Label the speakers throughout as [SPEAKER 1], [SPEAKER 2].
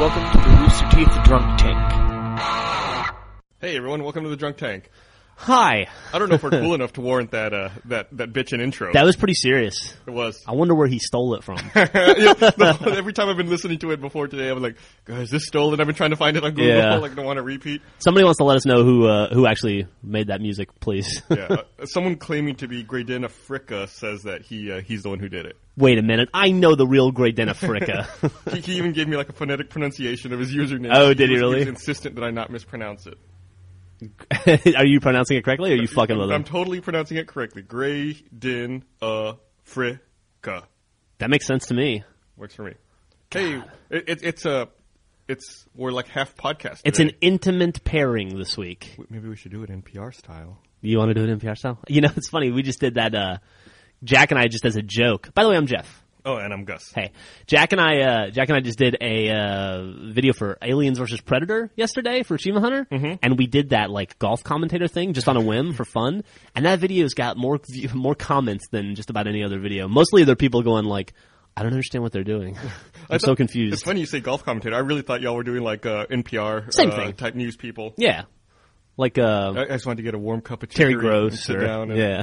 [SPEAKER 1] Welcome to the Rooster Teeth Drunk Tank.
[SPEAKER 2] Hey everyone, welcome to the Drunk Tank.
[SPEAKER 3] Hi.
[SPEAKER 2] I don't know if we're cool enough to warrant that uh, that that bitchin' intro.
[SPEAKER 3] That Oh. was pretty serious.
[SPEAKER 2] it was.
[SPEAKER 3] I wonder where he stole it from.
[SPEAKER 2] Yeah, no, every time I've been listening to it before today, I'm like, "God, is this stolen? I've been trying to find it on Google.
[SPEAKER 3] Yeah.
[SPEAKER 2] Like, I don't want to repeat.
[SPEAKER 3] Somebody wants to let us know who uh, who actually made that music, please.
[SPEAKER 2] Yeah, uh, someone claiming to be Graydin Africa says that he uh, he's the one who did it.
[SPEAKER 3] Wait a minute. I know the real Great Den of Fricka.
[SPEAKER 2] He, he even gave me like a phonetic pronunciation of his username.
[SPEAKER 3] Oh, did he
[SPEAKER 2] was-
[SPEAKER 3] really?
[SPEAKER 2] was insistent that I not mispronounce it.
[SPEAKER 3] are you pronouncing it correctly or are you fucking
[SPEAKER 2] I'm,
[SPEAKER 3] with
[SPEAKER 2] I'm
[SPEAKER 3] him?
[SPEAKER 2] totally pronouncing it correctly. Graydin Africa.
[SPEAKER 3] That makes sense to me.
[SPEAKER 2] Works for me. Hey, it, it, it's a, it's we're like half podcast.
[SPEAKER 3] It's
[SPEAKER 2] today.
[SPEAKER 3] an intimate pairing this week.
[SPEAKER 2] Maybe we should do it NPR style.
[SPEAKER 3] You want to do it NPR style? You know, it's funny. We just did that, uh, Jack and I just as a joke. By the way, I'm Jeff.
[SPEAKER 2] Oh, and I'm Gus.
[SPEAKER 3] Hey, Jack and I, uh, Jack and I just did a uh, video for Aliens versus Predator yesterday for Achievement Hunter,
[SPEAKER 2] Mm-hmm.
[SPEAKER 3] and we did that like golf commentator thing just on a whim for fun. And that video's got more view- more comments than just about any other video. Mostly, there are people going like, "I don't understand what they're doing.
[SPEAKER 2] I
[SPEAKER 3] I'm so
[SPEAKER 2] thought-
[SPEAKER 3] confused."
[SPEAKER 2] It's funny you say golf commentator. I really thought y'all were doing like uh, NPR
[SPEAKER 3] Same
[SPEAKER 2] uh,
[SPEAKER 3] thing.
[SPEAKER 2] type news people.
[SPEAKER 3] Yeah, like uh,
[SPEAKER 2] I, I just wanted to get a warm cup of
[SPEAKER 3] Terry
[SPEAKER 2] chicory and
[SPEAKER 3] Gross
[SPEAKER 2] sit
[SPEAKER 3] or
[SPEAKER 2] down. And
[SPEAKER 3] yeah.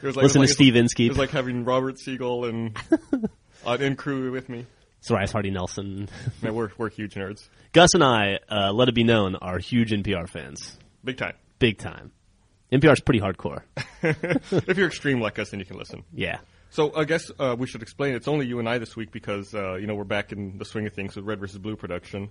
[SPEAKER 2] it was
[SPEAKER 3] Listen
[SPEAKER 2] it
[SPEAKER 3] to
[SPEAKER 2] was
[SPEAKER 3] Steve
[SPEAKER 2] it's-
[SPEAKER 3] Inskeep.
[SPEAKER 2] It was like having Robert Siegel and uh, and crew with me.
[SPEAKER 3] Soraya Hardy Nelson,
[SPEAKER 2] Man, we're we're huge nerds,
[SPEAKER 3] Gus, and I. Uh, let it be known, are huge NPR fans,
[SPEAKER 2] big time.
[SPEAKER 3] big time. NPR's pretty hardcore.
[SPEAKER 2] if you're extreme like us, then you can listen.
[SPEAKER 3] Yeah.
[SPEAKER 2] So I guess uh, we should explain. It's only you and I this week because uh, you know we're back in the swing of things with Red versus Blue production.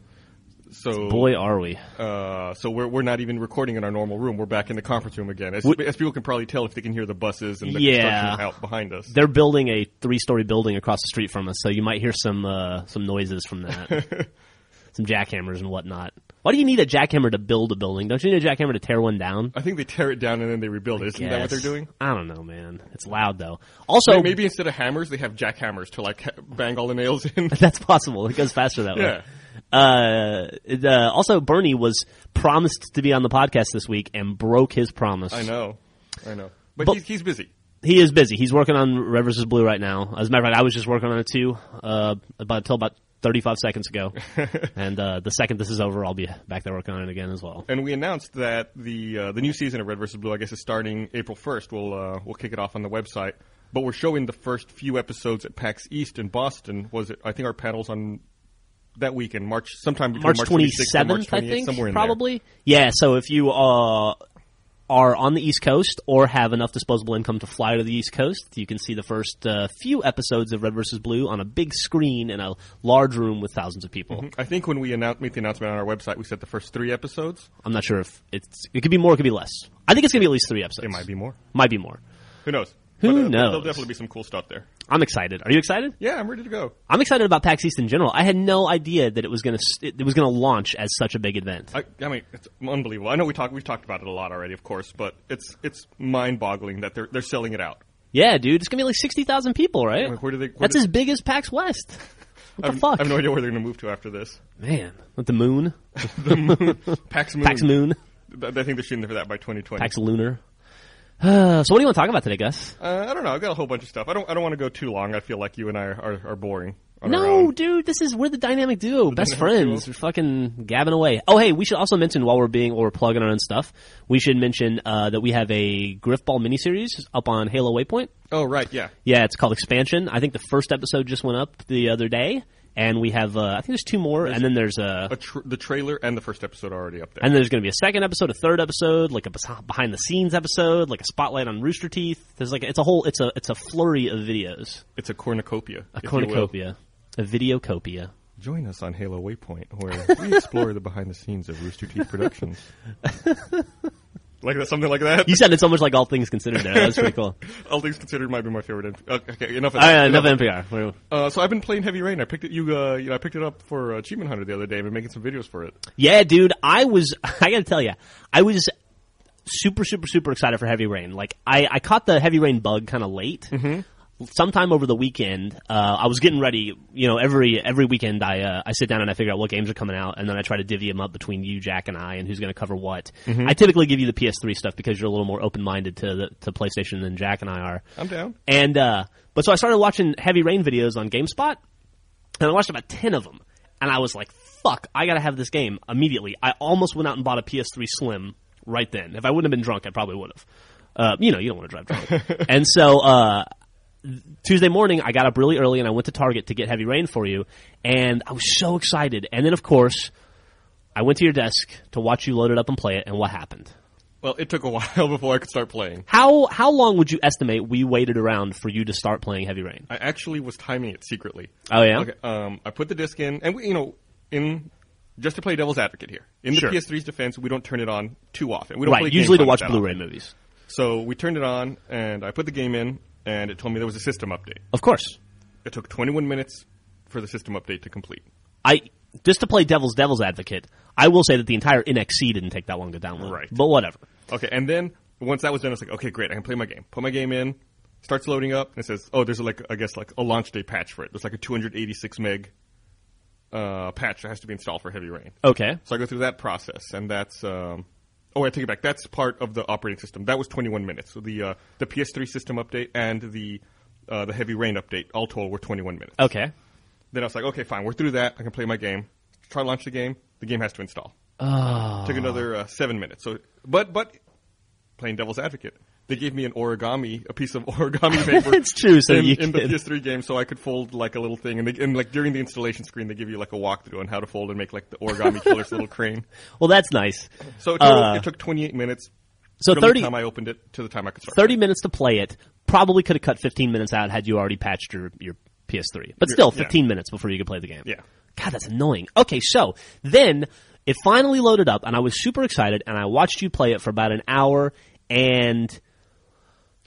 [SPEAKER 2] So
[SPEAKER 3] Boy, are we.
[SPEAKER 2] Uh, so we're we're not even recording in our normal room. We're back in the conference room again, as, as people can probably tell if they can hear the buses and the
[SPEAKER 3] Yeah.
[SPEAKER 2] construction out behind us.
[SPEAKER 3] they're building a three-story building across the street from us, so you might hear some uh, some noises from that, some jackhammers and whatnot. Why do you need a jackhammer to build a building? Don't you need a jackhammer to tear one down?
[SPEAKER 2] I think they tear it down and then they rebuild it. Isn't that what they're
[SPEAKER 3] Yes.
[SPEAKER 2] doing?
[SPEAKER 3] I don't know, man. It's loud though. Also,
[SPEAKER 2] May- Maybe instead of hammers, they have jackhammers to like ha- bang all the nails in.
[SPEAKER 3] that's possible. It goes faster that
[SPEAKER 2] Yeah.
[SPEAKER 3] way. Uh, it, uh, also, Bernie was promised to be on the podcast this week and broke his promise.
[SPEAKER 2] I know, I know. But,
[SPEAKER 3] But-
[SPEAKER 2] he's, he's busy.
[SPEAKER 3] He is busy. He's working on Red vs. Blue right now. As a matter of fact, I was just working on it too, uh, about until about 35 seconds ago. and uh, the second this is over, I'll be back there working on it again as well.
[SPEAKER 2] And we announced that the uh, the new season of Red versus Blue, I guess, is starting April first. We'll uh, we'll kick it off on the website. But we're showing the first few episodes at PAX East in Boston. Was it? I think our panels on that weekend, March sometime between
[SPEAKER 3] March
[SPEAKER 2] March, 26th and
[SPEAKER 3] 27th,
[SPEAKER 2] March 28th,
[SPEAKER 3] I think,
[SPEAKER 2] somewhere in there.
[SPEAKER 3] probably. Yeah, so if you uh, are on the East Coast or have enough disposable income to fly to the East Coast, you can see the first uh, few episodes of Red vs. Blue on a big screen in a large room with thousands of people.
[SPEAKER 2] I think when we announced, made the announcement on our website, we said the first three episodes.
[SPEAKER 3] I'm not sure if it's, it could be more, it could be less. I think it's going to be at least three episodes.
[SPEAKER 2] It might be more.
[SPEAKER 3] Might be more.
[SPEAKER 2] Who knows?
[SPEAKER 3] Who
[SPEAKER 2] but,
[SPEAKER 3] knows?
[SPEAKER 2] There'll definitely be some cool stuff there.
[SPEAKER 3] I'm excited. Are you excited?
[SPEAKER 2] Yeah, I'm ready to go.
[SPEAKER 3] I'm excited about PAX East in general. I had no idea that it was going to it was going to launch as such a big event.
[SPEAKER 2] I, I mean, it's unbelievable. I know we talked we've talked about it a lot already, of course, but it's it's mind boggling that they're they're selling it out.
[SPEAKER 3] yeah, dude, it's going to be like sixty thousand people, right?
[SPEAKER 2] Like, where do they- where
[SPEAKER 3] That's
[SPEAKER 2] do-
[SPEAKER 3] as big as PAX West. What the
[SPEAKER 2] I've,
[SPEAKER 3] fuck,
[SPEAKER 2] I have no idea where they're going to move to after this.
[SPEAKER 3] man? With the moon,
[SPEAKER 2] Pax Moon.
[SPEAKER 3] PAX Moon,
[SPEAKER 2] Th- I think they're shooting for that by 2020.
[SPEAKER 3] PAX Lunar. Uh, so, what do you want to talk about today, Gus?
[SPEAKER 2] Uh, I don't know. I've got a whole bunch of stuff. I don't. I don't want to go too long. I feel like you and I are, are, are boring. on our
[SPEAKER 3] No,
[SPEAKER 2] own.
[SPEAKER 3] dude, this is we're the dynamic duo, best
[SPEAKER 2] dynamic
[SPEAKER 3] friends.
[SPEAKER 2] duo.
[SPEAKER 3] We're fucking gabbing away. Oh, hey, we should also mention while we're being while we're plugging our own stuff, we should mention uh, that we have a Griffball miniseries up on Halo Waypoint.
[SPEAKER 2] Oh right, yeah.
[SPEAKER 3] Yeah, it's called Expansion. I think the first episode just went up the other day, and we have uh, I think there's two more, and then there's a,
[SPEAKER 2] A tr- the trailer and the first episode are already up there.
[SPEAKER 3] and there's going to be a second episode, a third episode, like a bes- behind the scenes episode, like a spotlight on Rooster Teeth. There's like it's a whole it's a it's a flurry of videos,
[SPEAKER 2] it's a cornucopia.
[SPEAKER 3] a
[SPEAKER 2] if you will.
[SPEAKER 3] cornucopia, a videocopia.
[SPEAKER 2] Join us on Halo Waypoint, where we explore the behind the scenes of Rooster Teeth Productions. like that, something like that.
[SPEAKER 3] You sounded so much like all things considered there. That's pretty cool.
[SPEAKER 2] All things considered, might be my favorite. N- Okay, okay, enough of
[SPEAKER 3] All
[SPEAKER 2] that.
[SPEAKER 3] right, enough NPR. We're-
[SPEAKER 2] Uh, so I've been playing Heavy Rain. I picked it. You, uh, you know, I picked it up for uh, Achievement Hunter the other day. I've been making some videos for it.
[SPEAKER 3] Yeah, dude, I was, I gotta tell you, I was super, super, super excited for Heavy Rain. Like, I, I caught the Heavy Rain bug kind of late.
[SPEAKER 2] Mm-hmm.
[SPEAKER 3] Sometime over the weekend, uh, I was getting ready. You know, every every weekend I uh, I sit down and I figure out what games are coming out, and then I try to divvy them up between you, Jack, and I, and who's going to cover what.
[SPEAKER 2] Mm-hmm.
[SPEAKER 3] I typically give you the PS3 stuff because you're a little more open minded to the, to PlayStation than Jack and I are.
[SPEAKER 2] I'm down.
[SPEAKER 3] And uh, but so I started watching Heavy Rain videos on GameSpot, and I watched about ten of them. and I was like, "Fuck, I gotta have this game immediately." I almost went out and bought a PS3 Slim right then. If I wouldn't have been drunk, I probably would have. Uh, you know, you don't want to drive drunk. and so uh, Tuesday morning, I got up really early and I went to Target to get Heavy Rain for you, and I was so excited. And then, of course, I went to your desk to watch you load it up and play it. And what happened?
[SPEAKER 2] Well, it took a while before I could start playing.
[SPEAKER 3] How how long would you estimate we waited around for you to start playing Heavy Rain?
[SPEAKER 2] I actually was timing it secretly.
[SPEAKER 3] Oh yeah,
[SPEAKER 2] Okay, um, I put the disc in, and we, you know, in just to play devil's advocate here. In the
[SPEAKER 3] Sure.
[SPEAKER 2] PS3's defense, we don't turn it on too often. We don't play
[SPEAKER 3] right. Usually
[SPEAKER 2] games
[SPEAKER 3] to
[SPEAKER 2] on it
[SPEAKER 3] watch
[SPEAKER 2] that
[SPEAKER 3] Blu-ray
[SPEAKER 2] often.
[SPEAKER 3] movies,
[SPEAKER 2] So we turned it on, and I put the game in, and it told me there was a system update.
[SPEAKER 3] of course.
[SPEAKER 2] It took 21 minutes for the system update to complete.
[SPEAKER 3] I just to play devil's devil's advocate. I will say that the entire NXC didn't take that long to download.
[SPEAKER 2] Right.
[SPEAKER 3] but whatever.
[SPEAKER 2] Okay, and then once that was done, I was like, okay, great, I can play my game. Put my game in, starts loading up, and it says, oh, there's like I guess like a launch day patch for it. There's like a 286 meg uh, patch that has to be installed for Heavy Rain.
[SPEAKER 3] Okay.
[SPEAKER 2] So I go through that process, and that's. Um, oh, I take it back. That's part of the operating system. That was 21 minutes. So the uh, the PS3 system update and the uh, the Heavy Rain update, all told, were 21 minutes.
[SPEAKER 3] Okay.
[SPEAKER 2] Then I was like, okay, fine, we're through that. I can play my game. Try to launch the game. The game has to install.
[SPEAKER 3] Ah.
[SPEAKER 2] Took another uh, seven minutes. So, but but playing devil's advocate, they gave me an origami, a piece of origami paper.
[SPEAKER 3] It's true, so
[SPEAKER 2] in,
[SPEAKER 3] you
[SPEAKER 2] in the
[SPEAKER 3] can-
[SPEAKER 2] PS3 game, so I could fold like a little thing, and, they, and like during the installation screen, they give you like a walkthrough on how to fold and make like the origami killer's little crane.
[SPEAKER 3] Well, that's nice.
[SPEAKER 2] So it, total,
[SPEAKER 3] Uh,
[SPEAKER 2] it took 28 minutes.
[SPEAKER 3] So
[SPEAKER 2] from
[SPEAKER 3] 30
[SPEAKER 2] the time I opened it to the time I could start.
[SPEAKER 3] 30 minutes to play it. Probably could have cut 15 minutes out had you already patched your, your PS3. But still,
[SPEAKER 2] yeah.
[SPEAKER 3] 15 minutes before you could play the game.
[SPEAKER 2] Yeah.
[SPEAKER 3] God, that's annoying. Okay, so then it finally loaded up, and I was super excited, and I watched you play it for about an hour, and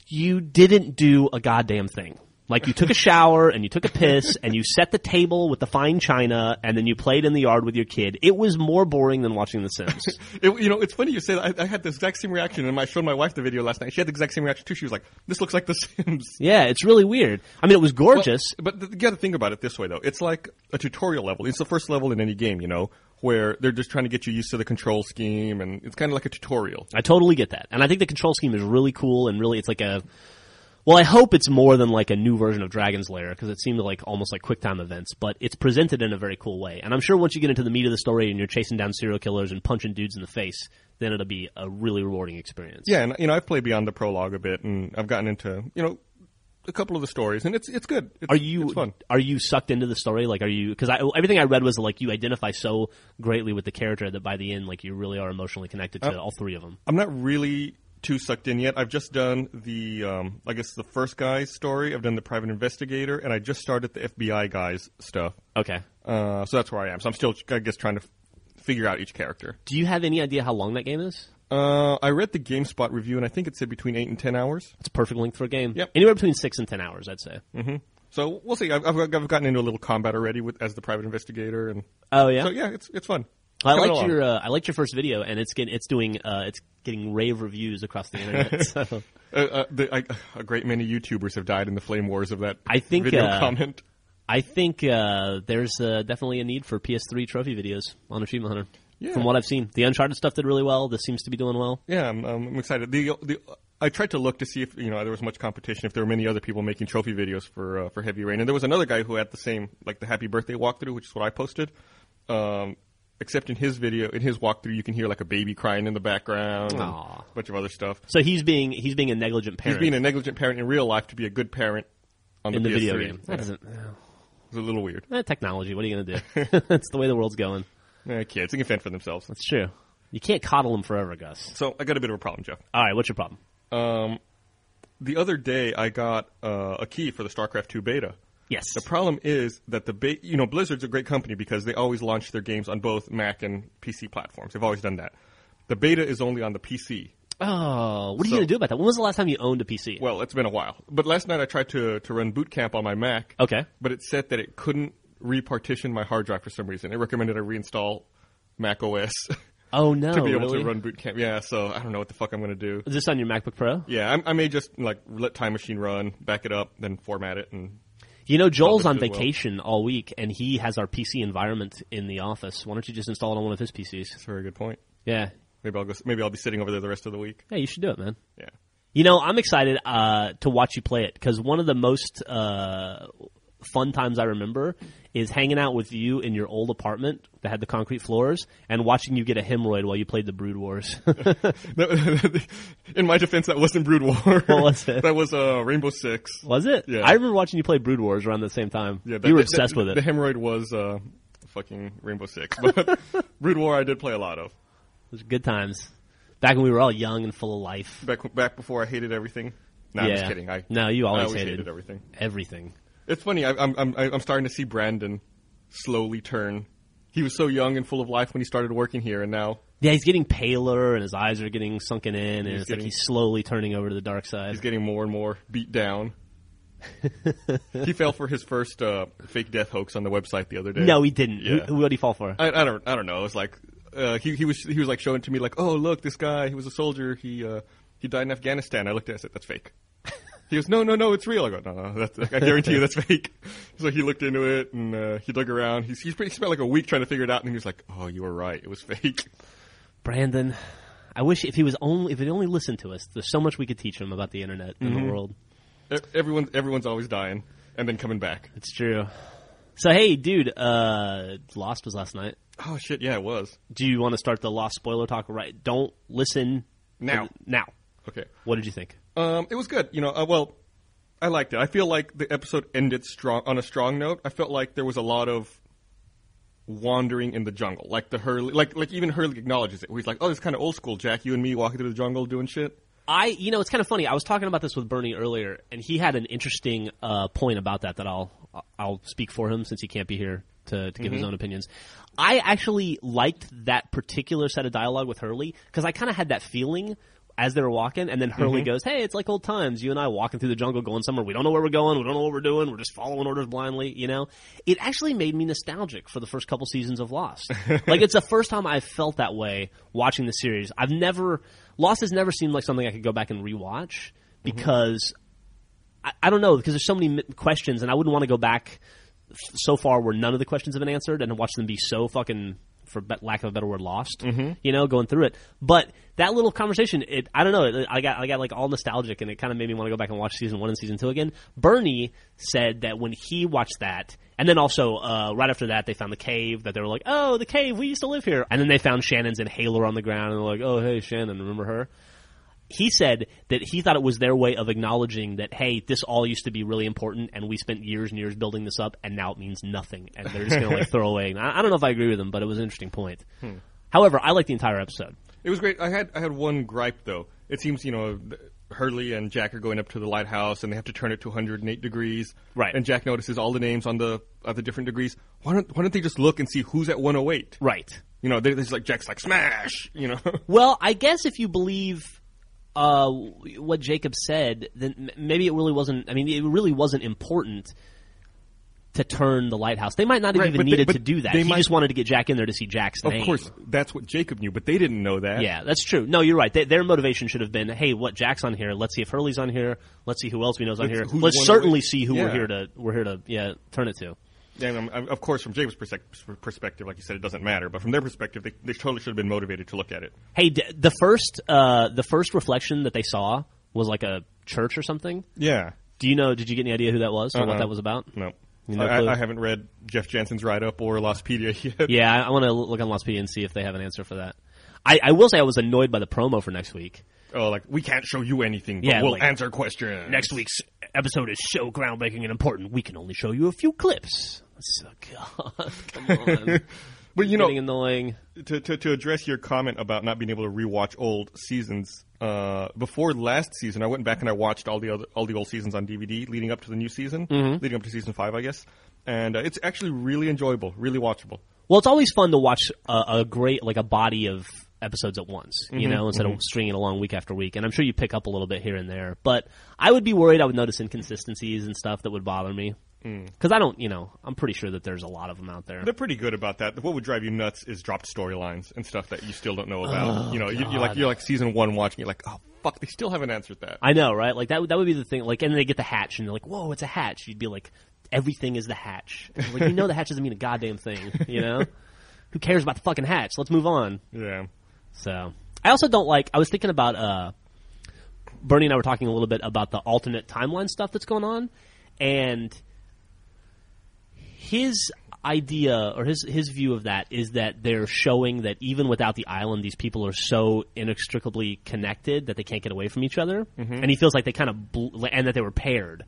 [SPEAKER 3] you didn't do a goddamn thing. Like you took a shower and you took a piss and you set the table with the fine china and then you played in the yard with your kid. It was more boring than watching The Sims.
[SPEAKER 2] It, you know, it's funny you say that. I, I had the exact same reaction, and I showed my wife the video last night. She had the exact same reaction too. She was like, "This looks like The Sims."
[SPEAKER 3] yeah, it's really weird. I mean, it was gorgeous.
[SPEAKER 2] But th- you got to think about it this way, though. It's like a tutorial level. It's the first level in any game, you know, where they're just trying to get you used to the control scheme, and it's kind of like a tutorial.
[SPEAKER 3] I totally get that. And I think the control scheme is really cool and really, it's like a, well, I hope it's more than like a new version of Dragon's Lair because it seemed like almost like QuickTime events, but it's presented in a very cool way. And I'm sure once you get into the meat of the story and you're chasing down serial killers and punching dudes in the face, then it'll be a really rewarding experience.
[SPEAKER 2] Yeah, and you know, I've played Beyond the Prologue a bit, and I've gotten into you know a couple of the stories, and it's it's good. It's,
[SPEAKER 3] Are you
[SPEAKER 2] It's fun.
[SPEAKER 3] are you sucked into the story? Like, are you? Because everything I read was like you identify so greatly with the character that by the end, like you really are emotionally connected
[SPEAKER 2] Oh.
[SPEAKER 3] to all three of them.
[SPEAKER 2] I'm not really too sucked in yet. I've just done the, um, I guess, the first guy's story. I've done the private investigator, and I just started the FBI guy's stuff.
[SPEAKER 3] Okay.
[SPEAKER 2] Uh, so that's where I am. So I'm still, I guess, trying to f- figure out each character.
[SPEAKER 3] Do you have any idea how long that game is?
[SPEAKER 2] Uh, I read the GameSpot review, and I think it said between eight and ten hours.
[SPEAKER 3] It's a perfect length for a game.
[SPEAKER 2] Yep. Mm.
[SPEAKER 3] Anywhere between six and ten hours, I'd say.
[SPEAKER 2] So we'll see. I've, I've, I've gotten into a little combat already with as the private investigator, and
[SPEAKER 3] Oh yeah.
[SPEAKER 2] so yeah, it's it's fun.
[SPEAKER 3] I
[SPEAKER 2] Coming
[SPEAKER 3] liked
[SPEAKER 2] along.
[SPEAKER 3] your uh, I liked your first video, and it's getting it's doing uh, it's getting rave reviews across the internet. So
[SPEAKER 2] Uh, uh, the, I, a great many YouTubers have died in the flame wars of that.
[SPEAKER 3] I think,
[SPEAKER 2] video
[SPEAKER 3] uh,
[SPEAKER 2] comment.
[SPEAKER 3] I think uh, there's uh, definitely a need for PS3 trophy videos on Achievement Hunter.
[SPEAKER 2] Yeah.
[SPEAKER 3] From what I've seen, the Uncharted stuff did really well. This seems to be doing well.
[SPEAKER 2] Yeah, I'm, I'm excited. The the I tried to look to see if you know there was much competition, if there were many other people making trophy videos for uh, for Heavy Rain, and there was another guy who had the same like the Happy Birthday walkthrough, which is what I posted. Um, except in his video, in his walkthrough, you can hear like a baby crying in the background, and
[SPEAKER 3] Aw.
[SPEAKER 2] a bunch of other stuff.
[SPEAKER 3] So he's being he's being a negligent
[SPEAKER 2] He's
[SPEAKER 3] parent
[SPEAKER 2] being a negligent parent in real life to be a good parent on
[SPEAKER 3] in the
[SPEAKER 2] the, PS3.
[SPEAKER 3] video game. That
[SPEAKER 2] Yeah,
[SPEAKER 3] doesn't
[SPEAKER 2] it's a little weird.
[SPEAKER 3] eh, technology. What are you going to do? That's the way the world's going.
[SPEAKER 2] Eh, kids, they can fend for themselves.
[SPEAKER 3] That's true. You can't coddle them forever, Gus.
[SPEAKER 2] So I got a bit of a problem, Jeff.
[SPEAKER 3] All right, what's your problem?
[SPEAKER 2] The other day, I got uh, a key for the StarCraft 2 beta.
[SPEAKER 3] Yes.
[SPEAKER 2] The problem is that the ba- you know Blizzard's a great company because they always launch their games on both Mac and PC platforms. They've always done that. The beta is only on the PC.
[SPEAKER 3] Oh, what are you going to do about that? When was the last time you owned a PC?
[SPEAKER 2] Well, it's been a while. But last night I tried to to run boot camp on my Mac.
[SPEAKER 3] Okay.
[SPEAKER 2] But it said that it couldn't repartition my hard drive for some reason. It recommended I reinstall Mac OS
[SPEAKER 3] oh no,
[SPEAKER 2] to be able
[SPEAKER 3] really?
[SPEAKER 2] to run boot camp. Yeah, so I don't know what the fuck I'm going to do.
[SPEAKER 3] Is this on your MacBook Pro?
[SPEAKER 2] Yeah, I, I may just like let Time Machine run, back it up, then format it, and
[SPEAKER 3] You know, Joel's on
[SPEAKER 2] Published as well.
[SPEAKER 3] vacation all week, and he has our PC environment in the office. Why don't you just install it on one of his PCs?
[SPEAKER 2] that's a very good point.
[SPEAKER 3] Yeah,
[SPEAKER 2] Maybe I'll go. s- Maybe I'll be sitting over there the rest of the week.
[SPEAKER 3] yeah, you should do it, man.
[SPEAKER 2] Yeah.
[SPEAKER 3] You know, I'm excited uh, to watch you play it because one of the most uh, fun times I remember is hanging out with you in your old apartment that had the concrete floors and watching you get a hemorrhoid while you played the Brood Wars.
[SPEAKER 2] In my defense, that wasn't Brood War. What
[SPEAKER 3] was it?
[SPEAKER 2] That was uh, Rainbow Six.
[SPEAKER 3] was it?
[SPEAKER 2] Yeah.
[SPEAKER 3] I remember watching you play Brood Wars around the same time.
[SPEAKER 2] Yeah, that-
[SPEAKER 3] you were
[SPEAKER 2] that-
[SPEAKER 3] obsessed
[SPEAKER 2] that-
[SPEAKER 3] with
[SPEAKER 2] The
[SPEAKER 3] it.
[SPEAKER 2] hemorrhoid was uh, fucking Rainbow Six, but Brood War I did play a lot of
[SPEAKER 3] It was good times. Back when we were all young and full of life.
[SPEAKER 2] back back before I hated everything. No, I'm
[SPEAKER 3] Yeah.
[SPEAKER 2] just kidding. I
[SPEAKER 3] No, you always
[SPEAKER 2] I always
[SPEAKER 3] hated.
[SPEAKER 2] hated. everything.
[SPEAKER 3] Everything.
[SPEAKER 2] It's funny. I, I'm I'm I'm starting to see Brandon slowly turn. He was so young and full of life when he started working here, and now
[SPEAKER 3] Yeah, he's getting paler and his eyes are getting sunken in and it's like
[SPEAKER 2] getting-
[SPEAKER 3] he's slowly turning over to the dark side.
[SPEAKER 2] he's getting more and more beat down. he fell for his first uh, fake death hoax on the website the other day.
[SPEAKER 3] No, he didn't.
[SPEAKER 2] Yeah.
[SPEAKER 3] Who, what did he fall for?
[SPEAKER 2] I, I don't I don't know. It's like uh, he he was he was like showing to me like, oh look, this guy he was a soldier. He uh, he died in Afghanistan. I looked at it. I said that's fake. He goes, no, no, no, it's real. I go, no, no, that's, I guarantee you that's fake. So he looked into it and uh, he dug around. He's, he's pretty, he spent like a week trying to figure it out, and he was like, oh, you were right, it was fake.
[SPEAKER 3] Brandon, I wish if he was only if he only listened to us. There's so much we could teach him about the internet and the world.
[SPEAKER 2] E- Everyone, everyone's always dying and then coming back.
[SPEAKER 3] It's true. So hey, dude, uh, Lost was last night.
[SPEAKER 2] Oh shit, yeah, it was.
[SPEAKER 3] Do you want to start the Lost spoiler talk? Right. Don't listen
[SPEAKER 2] Now.
[SPEAKER 3] Now.
[SPEAKER 2] Okay,
[SPEAKER 3] What did you think?
[SPEAKER 2] Um, it was good. You know, uh, well, I liked it. I feel like the episode ended strong on a strong note. I felt like there was a lot of wandering in the jungle, like the Hurley, like like even Hurley acknowledges it. Where he's like, "Oh, this kind of old school, Jack. You and me walking through the jungle doing shit."
[SPEAKER 3] I, you know, it's kind of funny. I was talking about this with Bernie earlier, and he had an interesting uh, point about that that I'll I'll speak for him since he can't be here to, to give his own opinions. I actually liked that particular set of dialogue with Hurley because I kind of had that feeling as they were walking, and then Hurley goes, "Hey, it's like old times. You and I walking through the jungle, going somewhere. We don't know where we're going. We don't know what we're doing. We're just following orders blindly." You know, it actually made me nostalgic for the first couple seasons of Lost. like it's the first time I felt that way watching the series. I've never Lost has never seemed like something I could go back and rewatch because I, I don't know because there's so many mi- questions and I wouldn't want to go back f- so far where none of the questions have been answered and watch them be so fucking for be- lack of a better word lost you know going through it but that little conversation it I don't know it, I got I got like all nostalgic and it kind of made me want to go back and watch season 1 and season 2 again Bernie said that when he watched that and then also uh, right after that they found the cave that they were like oh the cave we used to live here and then they found Shannon's inhaler on the ground and they're like oh hey Shannon remember her he said that he thought it was their way of acknowledging that hey this all used to be really important and we spent years and years building this up and now it means nothing and they're just going to like throw away and I, I don't know if i agree with him but it was an interesting point
[SPEAKER 2] Hmm.
[SPEAKER 3] however i like the entire episode
[SPEAKER 2] It was great. I had I had one gripe though. It seems you know th- Hurley and Jack are going up to the lighthouse and they have to turn it to 108 degrees.
[SPEAKER 3] Right.
[SPEAKER 2] And Jack notices all the names on the at the different degrees. Why don't Why don't they just look and see who's at 108?
[SPEAKER 3] right
[SPEAKER 2] You know, they- they're just like Jack's like smash. You know.
[SPEAKER 3] well i guess if you believe uh, what jacob said then m- maybe it really wasn't i mean it really wasn't important to turn the lighthouse they might not have
[SPEAKER 2] Right,
[SPEAKER 3] even
[SPEAKER 2] but they-
[SPEAKER 3] needed
[SPEAKER 2] but
[SPEAKER 3] to do that
[SPEAKER 2] they
[SPEAKER 3] he
[SPEAKER 2] might-
[SPEAKER 3] just wanted to get jack in there to see jack's
[SPEAKER 2] Of
[SPEAKER 3] name
[SPEAKER 2] course, that's what Jacob knew, but they didn't know that.
[SPEAKER 3] Yeah, that's true. No, you're right. They, their motivation should have been, hey, what Jack's on here? Let's see if Hurley's on here. Let's see who else we know's on
[SPEAKER 2] Let's-
[SPEAKER 3] here.
[SPEAKER 2] who's
[SPEAKER 3] Let's
[SPEAKER 2] won
[SPEAKER 3] certainly
[SPEAKER 2] away.
[SPEAKER 3] see who we're
[SPEAKER 2] Yeah.
[SPEAKER 3] here to we're here to yeah turn it to.
[SPEAKER 2] And um, of course, from Jacob's persec- perspective, like you said, it doesn't matter. But from their perspective, they, they totally should have been motivated to look at it.
[SPEAKER 3] Hey, d- the first uh, the first reflection that they saw was like a church or something.
[SPEAKER 2] Yeah.
[SPEAKER 3] Do you know? Did you get any idea who that was or what
[SPEAKER 2] Uh-uh.
[SPEAKER 3] that was about?
[SPEAKER 2] No.
[SPEAKER 3] You know,
[SPEAKER 2] I,
[SPEAKER 3] clue?
[SPEAKER 2] I- I haven't read Jeff Jansen's write up or Lostpedia yet.
[SPEAKER 3] Yeah, I, I want to look on Lostpedia and see if they have an answer for that. I, I will say I was annoyed by the promo for next week.
[SPEAKER 2] Oh, like we can't show you anything, but
[SPEAKER 3] Yeah,
[SPEAKER 2] we'll
[SPEAKER 3] like-
[SPEAKER 2] answer questions
[SPEAKER 3] Next week's episode is so groundbreaking and important. We can only show you a few clips. So, God, come on,
[SPEAKER 2] But you know,
[SPEAKER 3] getting annoying.
[SPEAKER 2] to, to, to address your comment about not being able to rewatch old seasons, uh, before last season, I went back and I watched all the other all the old seasons on DVD leading up to the new season,
[SPEAKER 3] Mm-hmm.
[SPEAKER 2] leading up to season five, I guess. And uh, it's actually really enjoyable, really watchable.
[SPEAKER 3] Well, it's always fun to watch a, a great like a body of episodes at once, you
[SPEAKER 2] Mm-hmm,
[SPEAKER 3] know, instead of stringing along week after week. And I'm sure you pick up a little bit here and there, but I would be worried I would notice inconsistencies and stuff that would bother me.
[SPEAKER 2] Mm.
[SPEAKER 3] Cuz I don't, you know, I'm pretty sure that there's a lot of them out there.
[SPEAKER 2] They're pretty good about that. What would drive you nuts is dropped storylines and stuff that you still don't know about.
[SPEAKER 3] Oh,
[SPEAKER 2] you know, you, you're like you're like season one watching. You're like, oh fuck, they still haven't answered that.
[SPEAKER 3] I know, right? Like that would- that would be the thing like and they get the hatch and they're like, "Whoa, it's a hatch." You'd be like, "Everything is the hatch." And like you know the hatch doesn't mean a goddamn thing, you know? Who cares about the fucking hatch? Let's move on.
[SPEAKER 2] yeah,
[SPEAKER 3] So I also don't like. I was thinking about uh, Bernie and I were talking a little bit about the alternate timeline stuff that's going on, and his idea or his his view of that is that they're showing that even without the island, these people are so inextricably connected that they can't get away from each other, and he feels like they kind of blew, and that they were paired,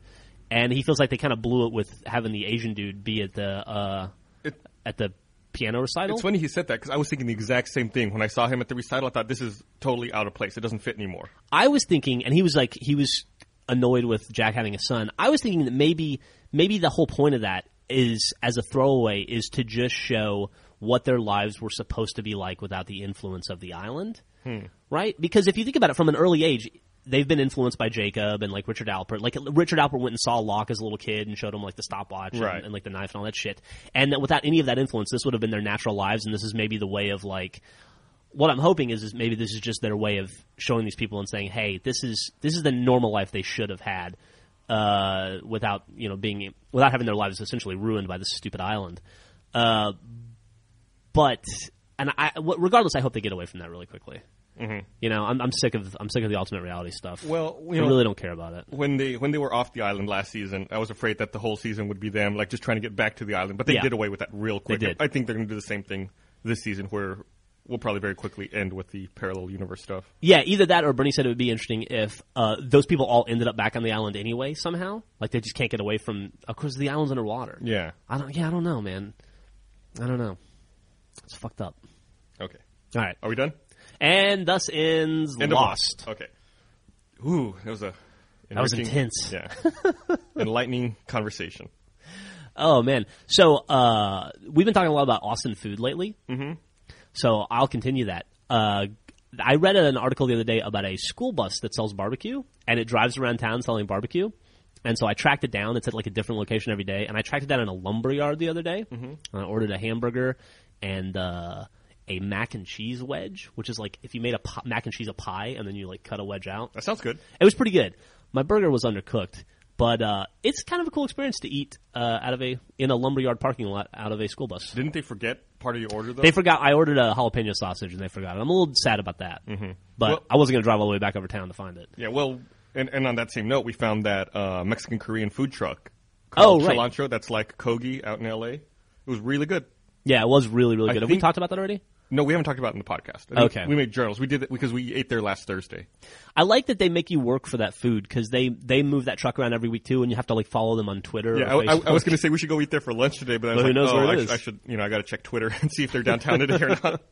[SPEAKER 3] and he feels like they kind of blew it with having the Asian dude be at the uh,
[SPEAKER 2] It-
[SPEAKER 3] at the piano recital.
[SPEAKER 2] It's funny he said that because I was thinking the exact same thing when I saw him at the recital. I thought this is totally out of place. It doesn't fit anymore.
[SPEAKER 3] I was thinking, and he was like, he was annoyed with Jack having a son. I was thinking that maybe, maybe the whole point of that is, as a throwaway, is to just show what their lives were supposed to be like without the influence of the island, right? Because if you think about it from an early age, they've been influenced by Jacob and like Richard Alpert. Like Richard Alpert went and saw Locke as a little kid and showed him like the stopwatch and-
[SPEAKER 2] Right.
[SPEAKER 3] and, like the knife and all that shit. And that without any of that influence, this would have been their natural lives. And this is maybe the way of like what I'm hoping is, is maybe this is just their way of showing these people and saying, hey, this is this is the normal life they should have had uh, without you know being without having their lives essentially ruined by this stupid island. Uh, but and I w- regardless, I hope they get away from that really quickly. Mm-hmm. You know, I'm, I'm sick of I'm sick of the ultimate reality stuff.
[SPEAKER 2] Well, you
[SPEAKER 3] I
[SPEAKER 2] know-
[SPEAKER 3] really don't care about it.
[SPEAKER 2] When they when they were off the island last season, I was afraid that the whole season would be them like just trying to get back to the island, but they
[SPEAKER 3] Yeah.
[SPEAKER 2] did away with that real quick.
[SPEAKER 3] did.
[SPEAKER 2] I think they're going to do the same thing this season, where we'll probably very quickly end with the parallel universe stuff.
[SPEAKER 3] Yeah, either that or Bernie said it would be interesting if uh, those people all ended up back on the island anyway somehow. Like they just can't get away from. Of course, the island's underwater.
[SPEAKER 2] Yeah.
[SPEAKER 3] I don't. Yeah, I don't know, man. I don't know. It's fucked up.
[SPEAKER 2] Okay.
[SPEAKER 3] All right,
[SPEAKER 2] Are we done?
[SPEAKER 3] and thus ends
[SPEAKER 2] End of
[SPEAKER 3] Lost.
[SPEAKER 2] Okay. Ooh, that was a that
[SPEAKER 3] was intense.
[SPEAKER 2] Yeah. Enlightening conversation.
[SPEAKER 3] Oh man, so uh, we've been talking a lot about Austin food lately. Mm-hmm. So I'll continue that. Uh, I read an article the other day about a school bus that sells barbecue, and it drives around town selling barbecue. And so I tracked it down. It's at like a different location every day, and I tracked it down in a lumber yard the other day. Mm-hmm. And I ordered a hamburger and uh, a mac and cheese wedge, which is like if you made a pi- mac and cheese a pie and then you like cut a wedge out.
[SPEAKER 2] That sounds good.
[SPEAKER 3] It was pretty good. My burger was undercooked, but uh, it's kind of a cool experience to eat uh, out of a in a lumberyard parking lot out of a school bus.
[SPEAKER 2] Didn't they forget part of your order though?
[SPEAKER 3] They forgot. I ordered a jalapeno sausage and they forgot it. I'm a little sad about that. Mm-hmm. But
[SPEAKER 2] Well-
[SPEAKER 3] I wasn't going to drive all the way back over town to find it.
[SPEAKER 2] Yeah, well, and, and on that same note, we found that uh, Mexican Korean food truck
[SPEAKER 3] Oh,
[SPEAKER 2] called
[SPEAKER 3] right.
[SPEAKER 2] Cilantro that's like Kogi out in LA. It was really good.
[SPEAKER 3] Yeah, it was really really
[SPEAKER 2] I
[SPEAKER 3] good. Have we
[SPEAKER 2] think-
[SPEAKER 3] talked about that already?
[SPEAKER 2] No, we haven't talked about it in the podcast. I think
[SPEAKER 3] Okay.
[SPEAKER 2] We made journals. We did it because we ate there last Thursday.
[SPEAKER 3] I like that they make you work for that food because they they move that truck around every week too, and you have to like follow them on Twitter.
[SPEAKER 2] Yeah, I,
[SPEAKER 3] or
[SPEAKER 2] I-
[SPEAKER 3] Facebook.
[SPEAKER 2] I was going to say we should go eat there for lunch today, but I was
[SPEAKER 3] Well, who
[SPEAKER 2] like,
[SPEAKER 3] knows
[SPEAKER 2] oh,
[SPEAKER 3] where it
[SPEAKER 2] I,
[SPEAKER 3] is?
[SPEAKER 2] I should, you know, I got to check Twitter and see if they're downtown today or not.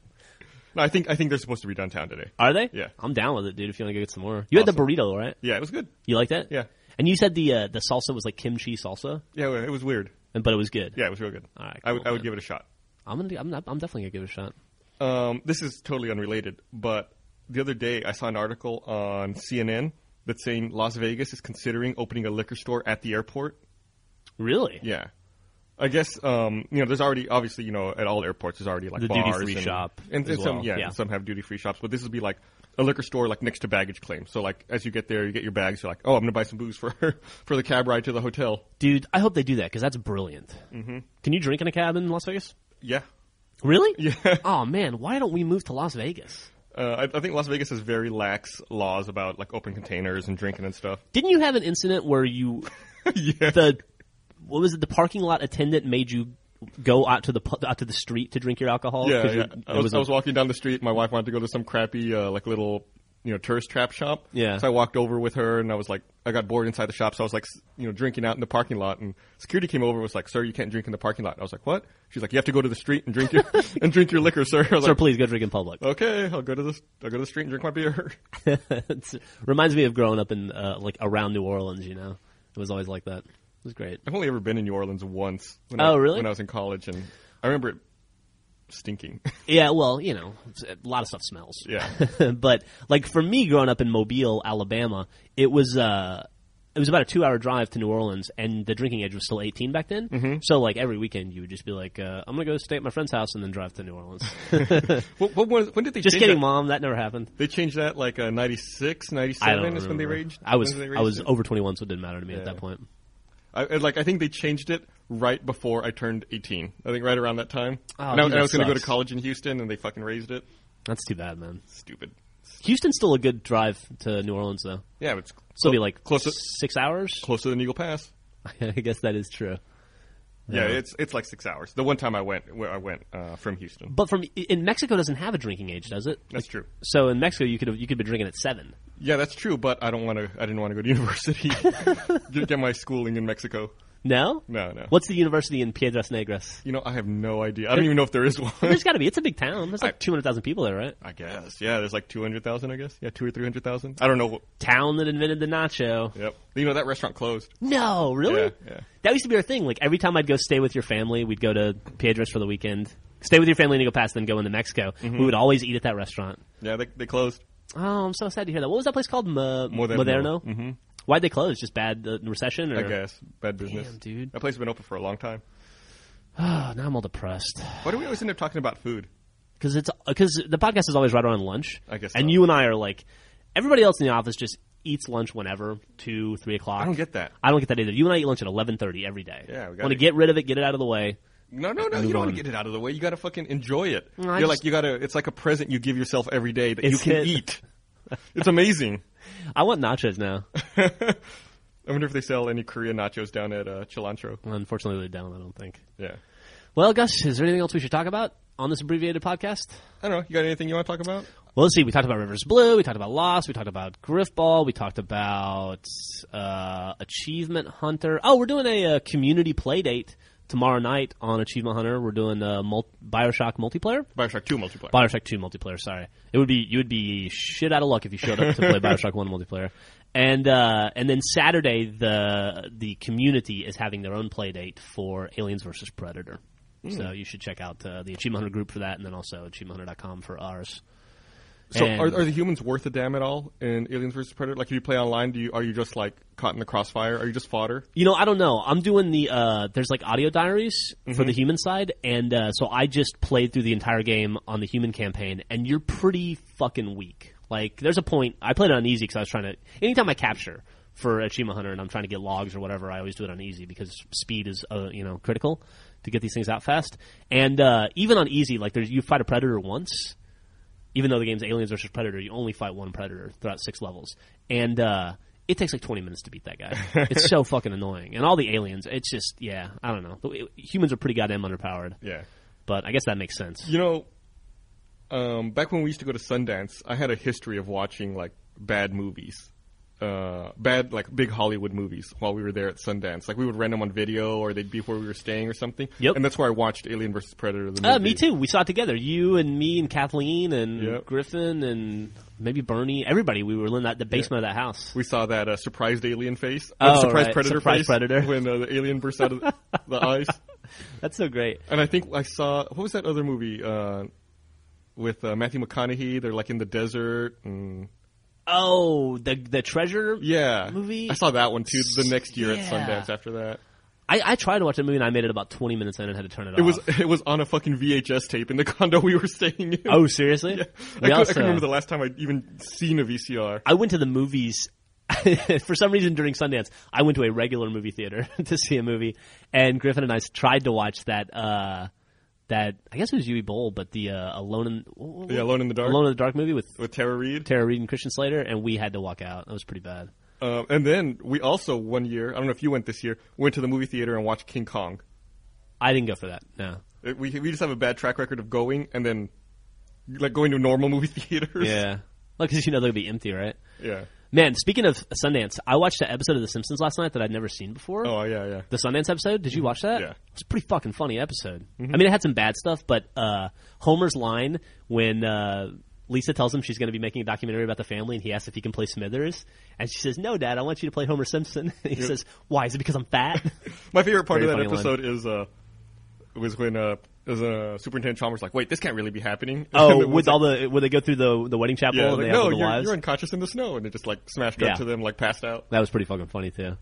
[SPEAKER 2] No, I think I think they're supposed to be downtown today.
[SPEAKER 3] Are they?
[SPEAKER 2] Yeah.
[SPEAKER 3] I'm down with it, dude. If you want to go get some more, you had the burrito, right?
[SPEAKER 2] Yeah, it was good.
[SPEAKER 3] You like that?
[SPEAKER 2] Yeah.
[SPEAKER 3] And you said the uh, the salsa was like kimchi salsa,
[SPEAKER 2] Yeah, it was weird.
[SPEAKER 3] and but it was good.
[SPEAKER 2] Yeah, it was real good.
[SPEAKER 3] All right,
[SPEAKER 2] I would
[SPEAKER 3] cool,
[SPEAKER 2] I would
[SPEAKER 3] man.
[SPEAKER 2] give it a shot.
[SPEAKER 3] I'm gonna. do- I'm, not, I'm definitely gonna give it a shot.
[SPEAKER 2] Um, this is totally unrelated, but the other day I saw an article on CNN that's saying Las Vegas is considering opening a liquor store at the airport.
[SPEAKER 3] Really?
[SPEAKER 2] Yeah, I guess um, you know there's already obviously you know at all airports there's already like
[SPEAKER 3] The
[SPEAKER 2] bars
[SPEAKER 3] duty-free
[SPEAKER 2] and,
[SPEAKER 3] shop
[SPEAKER 2] and,
[SPEAKER 3] as
[SPEAKER 2] and some
[SPEAKER 3] well,
[SPEAKER 2] yeah,
[SPEAKER 3] yeah.
[SPEAKER 2] some have duty free shops, but this would be like a liquor store like next to baggage claim. So like as you get there, you get your bags. You're like, oh, I'm gonna buy some booze for for the cab ride to the hotel.
[SPEAKER 3] Dude, I hope they do that because that's brilliant. Mm-hmm. Can you drink in a cab in Las Vegas?
[SPEAKER 2] Yeah,
[SPEAKER 3] Really?
[SPEAKER 2] Yeah.
[SPEAKER 3] Oh man, why don't we move to Las Vegas?
[SPEAKER 2] uh, I, I think Las Vegas has very lax laws about like open containers and drinking and stuff.
[SPEAKER 3] Didn't you have an incident where you
[SPEAKER 2] yeah.
[SPEAKER 3] the what was it? The parking lot attendant made you go out to the pu- out to the street to drink your alcohol.
[SPEAKER 2] Yeah,
[SPEAKER 3] 'Cause you-
[SPEAKER 2] yeah.
[SPEAKER 3] it
[SPEAKER 2] I, was,
[SPEAKER 3] was
[SPEAKER 2] I
[SPEAKER 3] a-
[SPEAKER 2] was walking down the street. My wife wanted to go to some crappy, uh, like little, you know, tourist trap shop.
[SPEAKER 3] Yeah.
[SPEAKER 2] So I walked over with her, and I was like, I got bored inside the shop, so I was like, s- you know, drinking out in the parking lot. And security came over, and was like, "Sir, you can't drink in the parking lot." And I was like, "What?" She's like, "You have to go to the street and drink your and drink your liquor, sir." I was
[SPEAKER 3] Sir,
[SPEAKER 2] like,
[SPEAKER 3] please go drink in public.
[SPEAKER 2] "Okay, I'll go to the I'll go to the street and drink my beer."
[SPEAKER 3] It's- reminds me of growing up in uh, like around New Orleans. You know, it was always like that. It was great.
[SPEAKER 2] I've only ever been in New Orleans once. When
[SPEAKER 3] Oh,
[SPEAKER 2] I,
[SPEAKER 3] really?
[SPEAKER 2] When I was in college, and I remember it stinking.
[SPEAKER 3] Yeah, well, you know, it's- a lot of stuff smells.
[SPEAKER 2] Yeah.
[SPEAKER 3] but like for me, growing up in Mobile, Alabama, it was uh, it was about a two-hour drive to New Orleans, and the drinking age was still 18 back then.
[SPEAKER 2] Mm-hmm.
[SPEAKER 3] So like every weekend, you would just be like, uh, "I'm gonna go stay at my friend's house and then drive to New Orleans."
[SPEAKER 2] what, what was, when did they
[SPEAKER 3] just
[SPEAKER 2] change
[SPEAKER 3] kidding,
[SPEAKER 2] that?
[SPEAKER 3] mom. That never happened.
[SPEAKER 2] They changed that like uh, 96,
[SPEAKER 3] I don't
[SPEAKER 2] 97 is when they
[SPEAKER 3] remember.
[SPEAKER 2] raged.
[SPEAKER 3] I was
[SPEAKER 2] when they
[SPEAKER 3] I
[SPEAKER 2] raised
[SPEAKER 3] was
[SPEAKER 2] it.
[SPEAKER 3] over 21, so it didn't matter to me at that point.
[SPEAKER 2] I, I- like I think they changed it right before I turned 18. I think right around that time.
[SPEAKER 3] Oh,
[SPEAKER 2] and I,
[SPEAKER 3] dude,
[SPEAKER 2] and I was
[SPEAKER 3] that
[SPEAKER 2] going to go
[SPEAKER 3] sucks.
[SPEAKER 2] to college in Houston, and they fucking raised it.
[SPEAKER 3] That's too bad, man.
[SPEAKER 2] Stupid.
[SPEAKER 3] Houston's still a good drive to New Orleans, though.
[SPEAKER 2] Yeah, but it's
[SPEAKER 3] Still be like
[SPEAKER 2] closer
[SPEAKER 3] six hours.
[SPEAKER 2] closer than Eagle Pass.
[SPEAKER 3] I guess that is true.
[SPEAKER 2] Yeah, it's it's like six hours. The one time I went, where I went uh, from Houston.
[SPEAKER 3] But from in Mexico doesn't have a drinking age, does it?
[SPEAKER 2] That's true.
[SPEAKER 3] So in Mexico, you could have, you could be drinking at seven.
[SPEAKER 2] Yeah, that's true. But I don't want to. I didn't want to go to university. Get get my schooling in Mexico.
[SPEAKER 3] No,
[SPEAKER 2] No, no.
[SPEAKER 3] What's the university in Piedras Negras?
[SPEAKER 2] You know, I have no idea. I don't even know if there is one.
[SPEAKER 3] There's got to be. It's a big town. There's like two hundred thousand people there, right?
[SPEAKER 2] I guess. Yeah, there's like two hundred thousand. I guess. Yeah, two or three hundred thousand. I don't know. what-
[SPEAKER 3] Town that invented the nacho.
[SPEAKER 2] Yep. You know that restaurant closed.
[SPEAKER 3] No, really?
[SPEAKER 2] Yeah, yeah.
[SPEAKER 3] That used to be our thing. Like every time I'd go stay with your family, we'd go to Piedras for the weekend. Stay with your family in Eagle Pass, then go into Mexico.
[SPEAKER 2] Mm-hmm.
[SPEAKER 3] We would always eat at that restaurant.
[SPEAKER 2] Yeah, they they closed.
[SPEAKER 3] Oh, I'm so sad to hear that. What was that place called? Mo-
[SPEAKER 2] Moderno.
[SPEAKER 3] Moderno. Mm-hmm. Why'd they close? Just bad uh, recession? Or?
[SPEAKER 2] I guess bad business.
[SPEAKER 3] Damn, dude.
[SPEAKER 2] That place has been open for a long time.
[SPEAKER 3] Oh, now I'm all depressed
[SPEAKER 2] Why do we always end up talking about food?
[SPEAKER 3] because it's because the podcast is always right around lunch.
[SPEAKER 2] I guess
[SPEAKER 3] And
[SPEAKER 2] so.
[SPEAKER 3] you and I are like everybody else in the office just eats lunch whenever two, three o'clock.
[SPEAKER 2] I don't get that.
[SPEAKER 3] I don't get that either. You and I eat lunch at eleven thirty every day.
[SPEAKER 2] Yeah, we gotta-
[SPEAKER 3] want to get rid of it, get it out of the way.
[SPEAKER 2] No, no, no.
[SPEAKER 3] Move
[SPEAKER 2] You don't
[SPEAKER 3] on.
[SPEAKER 2] want to get it out of the way. You got to fucking enjoy it.
[SPEAKER 3] I
[SPEAKER 2] You're
[SPEAKER 3] just-
[SPEAKER 2] like you got to. It's like a present you give yourself every day that you
[SPEAKER 3] It's
[SPEAKER 2] can
[SPEAKER 3] it.
[SPEAKER 2] eat. It's amazing.
[SPEAKER 3] I want nachos now.
[SPEAKER 2] I wonder if they sell any Korean nachos down at uh, Cilantro.
[SPEAKER 3] Unfortunately, they don't. I don't think.
[SPEAKER 2] Yeah.
[SPEAKER 3] Well, Gus, is there anything else we should talk about on this abbreviated podcast?
[SPEAKER 2] I don't know. You got anything you want to talk about?
[SPEAKER 3] Well, let's see. We talked about Rivers Blue. We talked about Lost. We talked about Griffball. We talked about uh, Achievement Hunter. Oh, we're doing a, uh community play date tomorrow night on Achievement Hunter. We're doing a mul- Bioshock multiplayer.
[SPEAKER 2] Bioshock Two multiplayer.
[SPEAKER 3] Bioshock Two multiplayer. Sorry, it would be you would be shit out of luck if you showed up to play Bioshock One multiplayer. And uh, and then Saturday the the community is having their own play date for Aliens versus Predator.
[SPEAKER 2] Hmm.
[SPEAKER 3] So you should check out uh, the Achievement Hunter group for that, and then also AchievementHunter.com for ours.
[SPEAKER 2] so,
[SPEAKER 3] and-
[SPEAKER 2] are, are the humans worth a damn at all in Aliens vs Predator? Like, if you play online, do you are you just like caught in the crossfire? Are you just fodder?
[SPEAKER 3] You know, I don't know. I'm doing the uh, there's like audio diaries for the human side, and uh, so I just played through the entire game on the human campaign, and you're pretty fucking weak. Like, there's a point I played it on easy because I was trying to. Anytime I capture for Achievement Hunter and I'm trying to get logs or whatever, I always do it on easy because speed is uh, you know critical to get these things out fast. And uh, even on easy, like there's you fight a predator once, even though the game's Aliens versus Predator, you only fight one Predator throughout six levels, and uh, it takes like twenty minutes to beat that guy. it's so fucking annoying, and all the aliens. It's just yeah, I don't know. The- Humans are pretty goddamn underpowered,
[SPEAKER 2] Yeah.
[SPEAKER 3] but I guess that makes sense.
[SPEAKER 2] You know, um, back when we used to go to Sundance, I had a history of watching like bad movies, uh, bad like big Hollywood movies while we were there at Sundance. Like we would rent them on video, or they'd be where we were staying or something.
[SPEAKER 3] Yep.
[SPEAKER 2] And that's where I watched Alien vs Predator. The movie.
[SPEAKER 3] Uh, me too. We saw it together. You and me and Kathleen and
[SPEAKER 2] Yep.
[SPEAKER 3] Griffin and maybe Bernie. Everybody. We were in that the basement of that house.
[SPEAKER 2] We saw that uh, surprised alien face,
[SPEAKER 3] Oh,
[SPEAKER 2] uh, surprised
[SPEAKER 3] right.
[SPEAKER 2] predator
[SPEAKER 3] Surprise
[SPEAKER 2] face,
[SPEAKER 3] predator.
[SPEAKER 2] when uh, the alien bursts out of the, the eyes.
[SPEAKER 3] That's so great.
[SPEAKER 2] And I think I saw what was that other movie uh, with uh, Matthew McConaughey? They're like in the desert. And,
[SPEAKER 3] Oh, the the treasure.
[SPEAKER 2] yeah,
[SPEAKER 3] Movie?
[SPEAKER 2] I saw that one too. The next year
[SPEAKER 3] Yeah.
[SPEAKER 2] at Sundance after that,
[SPEAKER 3] I, I tried to watch that movie and I made it about twenty minutes in and had to turn it,
[SPEAKER 2] it
[SPEAKER 3] off.
[SPEAKER 2] was it was on a fucking VHS tape in the condo we were staying in.
[SPEAKER 3] oh seriously?
[SPEAKER 2] yeah. I,
[SPEAKER 3] We
[SPEAKER 2] could, I
[SPEAKER 3] also-
[SPEAKER 2] can remember the last time I'd even seen a VCR.
[SPEAKER 3] I went to the movies for some reason during Sundance. I went to a regular movie theater to see a movie, and Griffin and I s- tried to watch that. Uh, that I guess it was Yui Bowl, but the uh, Alone in what- what-
[SPEAKER 2] Yeah, Alone in the Dark
[SPEAKER 3] Alone in the Dark movie with
[SPEAKER 2] with Tara Reid.
[SPEAKER 3] Tara Reid and Christian Slater, and we had to walk out. That was pretty bad.
[SPEAKER 2] Um, and then we also one year, I don't know if you went this year, went to the movie theater and watched King Kong.
[SPEAKER 3] I didn't go for that. No.
[SPEAKER 2] It- We we just have a bad track record of going and then like going to normal movie theaters.
[SPEAKER 3] Yeah. Well, because you know they'll be empty, right?
[SPEAKER 2] Yeah.
[SPEAKER 3] Man, speaking of Sundance, I watched an episode of The Simpsons last night that I'd never seen before.
[SPEAKER 2] Oh yeah, yeah.
[SPEAKER 3] The Sundance episode? Did you watch that?
[SPEAKER 2] Mm-hmm. Yeah. Mm-hmm.
[SPEAKER 3] It was a pretty fucking funny episode. I mean, it had some bad stuff, but uh, Homer's line when uh, Lisa tells him she's going to be making a documentary about the family and he asks if he can play Smithers, and she says, No, Dad, I want you to play Homer Simpson. And he says, Why? Is it because I'm fat?
[SPEAKER 2] My favorite part
[SPEAKER 3] Very
[SPEAKER 2] of that
[SPEAKER 3] funny
[SPEAKER 2] episode is uh was when uh was uh Superintendent Chalmers like, wait, this can't really be happening. And
[SPEAKER 3] oh,
[SPEAKER 2] then
[SPEAKER 3] with
[SPEAKER 2] was
[SPEAKER 3] all
[SPEAKER 2] like-
[SPEAKER 3] the, where they go through the, the wedding chapel
[SPEAKER 2] yeah,
[SPEAKER 3] and
[SPEAKER 2] like,
[SPEAKER 3] they have
[SPEAKER 2] no,
[SPEAKER 3] all the
[SPEAKER 2] you're,
[SPEAKER 3] wives.
[SPEAKER 2] you're unconscious in the snow, and it just like smashed
[SPEAKER 3] Yeah.
[SPEAKER 2] up to them, like passed out.
[SPEAKER 3] That was pretty fucking funny, too.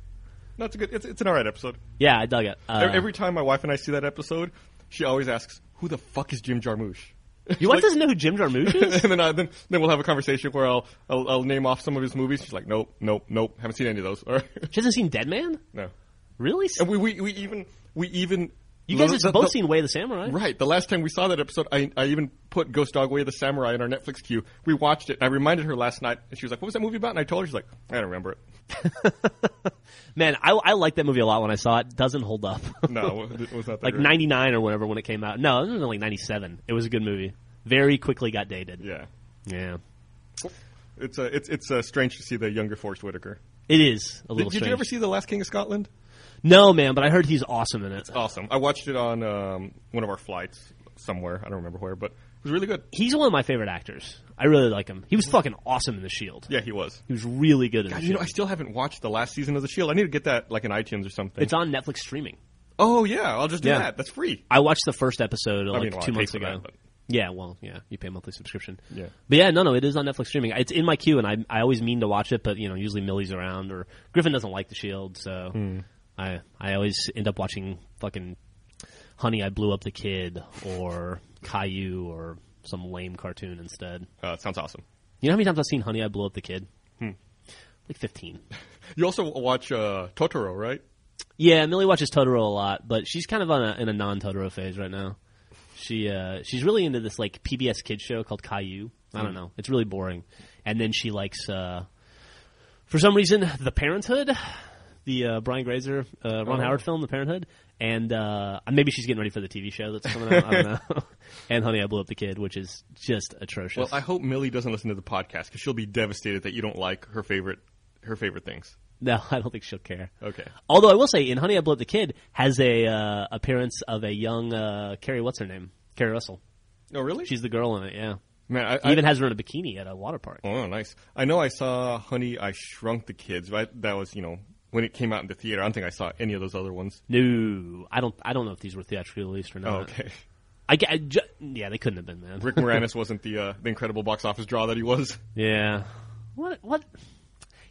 [SPEAKER 2] No, it's a good. It's, it's an alright episode.
[SPEAKER 3] Yeah, I dug it. Uh,
[SPEAKER 2] Every- Every time my wife and I see that episode, she always asks, "Who the fuck is Jim Jarmusch?"
[SPEAKER 3] your wife doesn't know who Jim Jarmusch is?
[SPEAKER 2] and then, I, then then we'll have a conversation where I'll, I'll I'll name off some of his movies. She's like, "Nope, nope, nope, haven't seen any of those." All right.
[SPEAKER 3] she hasn't seen Dead Man?
[SPEAKER 2] no.
[SPEAKER 3] Really?
[SPEAKER 2] And we, we, we even we even
[SPEAKER 3] You
[SPEAKER 2] Well,
[SPEAKER 3] guys have
[SPEAKER 2] the-
[SPEAKER 3] both
[SPEAKER 2] the-
[SPEAKER 3] seen Way of the Samurai.
[SPEAKER 2] Right. The last time we saw that episode, I, I even put Ghost Dog Way of the Samurai in our Netflix queue. We watched it. And I reminded her last night, and she was like, "What was that movie about?" And I told her, she's like, "I don't remember it."
[SPEAKER 3] Man, I, I liked that movie a lot when I saw it. Doesn't hold up.
[SPEAKER 2] No, it was not that
[SPEAKER 3] like
[SPEAKER 2] great.
[SPEAKER 3] '99 or whatever when it came out. No, it was like '97. It was a good movie. Very quickly got dated.
[SPEAKER 2] Yeah,
[SPEAKER 3] Yeah.
[SPEAKER 2] it's uh, it's it's uh, strange to see the younger Forrest Whitaker.
[SPEAKER 3] It is
[SPEAKER 2] Did,
[SPEAKER 3] a little
[SPEAKER 2] did you
[SPEAKER 3] strange.
[SPEAKER 2] ever see The Last King of Scotland?
[SPEAKER 3] no, man, but I heard he's awesome in it.
[SPEAKER 2] Awesome. I watched it on um, one of our flights somewhere. I don't remember where, but it was really good.
[SPEAKER 3] He's one of my favorite actors. I really like him. He was fucking awesome in The Shield.
[SPEAKER 2] Yeah, he was.
[SPEAKER 3] He was really good in The
[SPEAKER 2] You know,
[SPEAKER 3] Shield.
[SPEAKER 2] I still haven't watched the last season of The Shield. I need to get that like in iTunes or something.
[SPEAKER 3] it's on Netflix streaming.
[SPEAKER 2] oh yeah, I'll just do
[SPEAKER 3] Yeah.
[SPEAKER 2] that. That's free.
[SPEAKER 3] I watched the first episode like
[SPEAKER 2] mean, well,
[SPEAKER 3] two
[SPEAKER 2] I pay
[SPEAKER 3] months
[SPEAKER 2] for
[SPEAKER 3] ago.
[SPEAKER 2] that, but-
[SPEAKER 3] yeah, well, yeah, you pay a monthly subscription.
[SPEAKER 2] Yeah.
[SPEAKER 3] but yeah, no, no, it is on Netflix streaming. It's in my queue, and I I always mean to watch it, but you know, usually Millie's around or Griffin doesn't like the Shield, so
[SPEAKER 2] Hmm.
[SPEAKER 3] I I always end up watching fucking Honey, I blew up the kid or Caillou or some lame cartoon instead.
[SPEAKER 2] Uh, it sounds awesome.
[SPEAKER 3] You know how many times I've seen Honey, I blew up the kid?
[SPEAKER 2] Hmm.
[SPEAKER 3] Like fifteen.
[SPEAKER 2] You also watch uh, Totoro, right?
[SPEAKER 3] Yeah, Millie watches Totoro a lot, but she's kind of on a, in a non-Totoro phase right now. She uh, she's really into this like PBS kids show called Caillou. I
[SPEAKER 2] Hmm.
[SPEAKER 3] don't know, it's really boring. And then she likes, uh, for some reason, The Parenthood, the uh, Brian Grazer, uh, Ron
[SPEAKER 2] Oh.
[SPEAKER 3] Howard film, The Parenthood, and uh, maybe she's getting ready for the TV show that's coming out. I don't know. and Honey, I Blew Up the Kid, which is just atrocious.
[SPEAKER 2] Well, I hope Millie doesn't listen to the podcast because she'll be devastated that you don't like her favorite her favorite things.
[SPEAKER 3] no, I don't think she'll care.
[SPEAKER 2] Okay.
[SPEAKER 3] Although I will say, in Honey, I Blew Up the Kid has a uh, appearance of a young uh, Carrie. What's her name? Carrie Russell.
[SPEAKER 2] Oh, really?
[SPEAKER 3] She's the girl in it. Yeah.
[SPEAKER 2] Man, I,
[SPEAKER 3] He
[SPEAKER 2] I-
[SPEAKER 3] even has her in a bikini at a water park.
[SPEAKER 2] Oh, nice. I know I saw Honey, I Shrunk the Kids, but that was, you know, when it came out in the theater. I don't think I saw any of those other ones.
[SPEAKER 3] No, I don't. I don't know if these were theatrically released or not.
[SPEAKER 2] Oh, okay.
[SPEAKER 3] I, ge- I ju- yeah, they couldn't have been, man.
[SPEAKER 2] Rick Moranis wasn't the uh, the incredible box office draw that he was.
[SPEAKER 3] Yeah. What? What?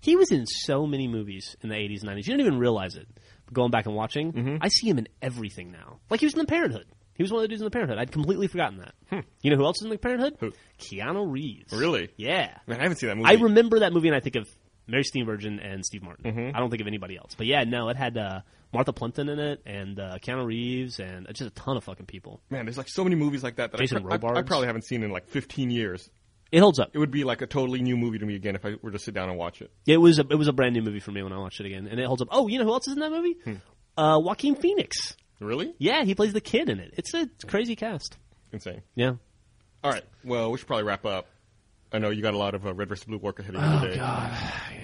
[SPEAKER 3] He was in so many movies in the eighties, nineties. You didn't even realize it. But going back and watching,
[SPEAKER 2] Mm-hmm.
[SPEAKER 3] I see him in everything now. Like he was in The Parenthood. He was one of the dudes in The Parenthood. I'd completely forgotten that. You know who else is in The Parenthood?
[SPEAKER 2] Hmm. Who?
[SPEAKER 3] Keanu Reeves.
[SPEAKER 2] Really?
[SPEAKER 3] Yeah.
[SPEAKER 2] Man, I haven't seen that movie.
[SPEAKER 3] I remember that movie, and I think of Mary Steenburgen and Steve Martin.
[SPEAKER 2] Mm-hmm.
[SPEAKER 3] I don't think of anybody else. But yeah, no, it had uh, Martha Plimpton in it, and uh, Keanu Reeves, and uh, just a ton of fucking people.
[SPEAKER 2] Man, there's like so many movies like that that I
[SPEAKER 3] Jason
[SPEAKER 2] pro- I, I,
[SPEAKER 3] Robards.
[SPEAKER 2] probably haven't seen in like 15 years.
[SPEAKER 3] It holds up.
[SPEAKER 2] It would be like a totally new movie to me again if I were to sit down and watch it.
[SPEAKER 3] It was a, it was a brand new movie for me when I watched it again, and it holds up. Oh, you know who else is in that movie? Uh, Joaquin Phoenix.
[SPEAKER 2] Really?
[SPEAKER 3] Yeah, he plays the kid in it. It's a crazy cast.
[SPEAKER 2] Insane.
[SPEAKER 3] Yeah.
[SPEAKER 2] All right. Well, we should probably wrap up. I know you got a lot of uh, Red vs. Blue work ahead of
[SPEAKER 3] Oh,
[SPEAKER 2] you today.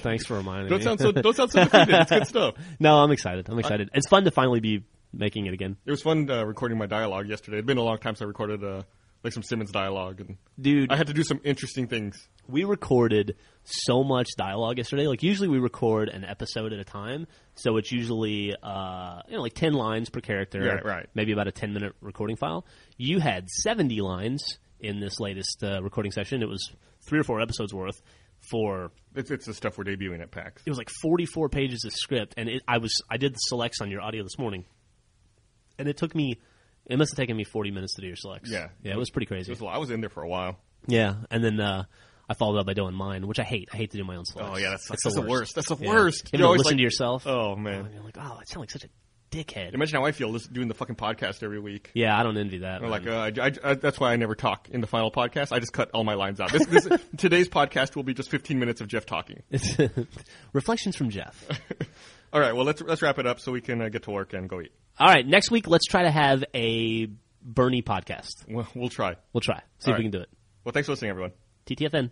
[SPEAKER 3] Thanks for reminding
[SPEAKER 2] Don't
[SPEAKER 3] me.
[SPEAKER 2] sound so don't sound so defeated. It's good stuff.
[SPEAKER 3] no, I'm excited. I'm excited. it's fun to finally be making it again,
[SPEAKER 2] It was fun uh, recording my dialogue yesterday. It'd been a long time since I recorded uh, like some Simmons dialogue, and
[SPEAKER 3] dude.
[SPEAKER 2] I had to do some interesting things.
[SPEAKER 3] we recorded so much dialogue yesterday. Like usually we record an episode at a time, so it's usually uh, you know like ten lines per character,
[SPEAKER 2] Right, right.
[SPEAKER 3] Maybe about a ten minute recording file. You had seventy lines in this latest uh, recording session. It was three or four episodes worth for
[SPEAKER 2] It's it's the stuff we're debuting at PAX.
[SPEAKER 3] it was like 44 pages of script and it, i was i did the selects on your audio this morning and it took me it must have taken me 40 minutes to do your selects
[SPEAKER 2] Yeah.
[SPEAKER 3] yeah it was pretty
[SPEAKER 2] It
[SPEAKER 3] crazy
[SPEAKER 2] was a lot. I was in there for a while.
[SPEAKER 3] yeah and then uh I followed up by doing mine, which I hate. I hate to do my own selects.
[SPEAKER 2] Oh yeah, that's
[SPEAKER 3] It's
[SPEAKER 2] that's the worst. That's the
[SPEAKER 3] Yeah.
[SPEAKER 2] worst. You're
[SPEAKER 3] You have to
[SPEAKER 2] always
[SPEAKER 3] listen
[SPEAKER 2] like-
[SPEAKER 3] to yourself.
[SPEAKER 2] Oh
[SPEAKER 3] and
[SPEAKER 2] man,
[SPEAKER 3] you're like, oh, I sound like such a dickhead.
[SPEAKER 2] imagine how I feel listen, doing the fucking podcast every week.
[SPEAKER 3] yeah, I don't envy
[SPEAKER 2] I'm
[SPEAKER 3] that. man.
[SPEAKER 2] Like uh, I, I- I- that's why I never talk in the final podcast. I just cut all my lines out. This, this today's podcast will be just 15 minutes of Jeff talking.
[SPEAKER 3] It's- reflections from Jeff.
[SPEAKER 2] All right, well let's let's wrap it up so we can uh, get to work and go eat.
[SPEAKER 3] All right, next week let's try to have a Bernie podcast.
[SPEAKER 2] We'll, we'll try.
[SPEAKER 3] We'll try. See if
[SPEAKER 2] All
[SPEAKER 3] we
[SPEAKER 2] right.
[SPEAKER 3] can do it.
[SPEAKER 2] Well, thanks for listening, everyone.
[SPEAKER 3] TTFN.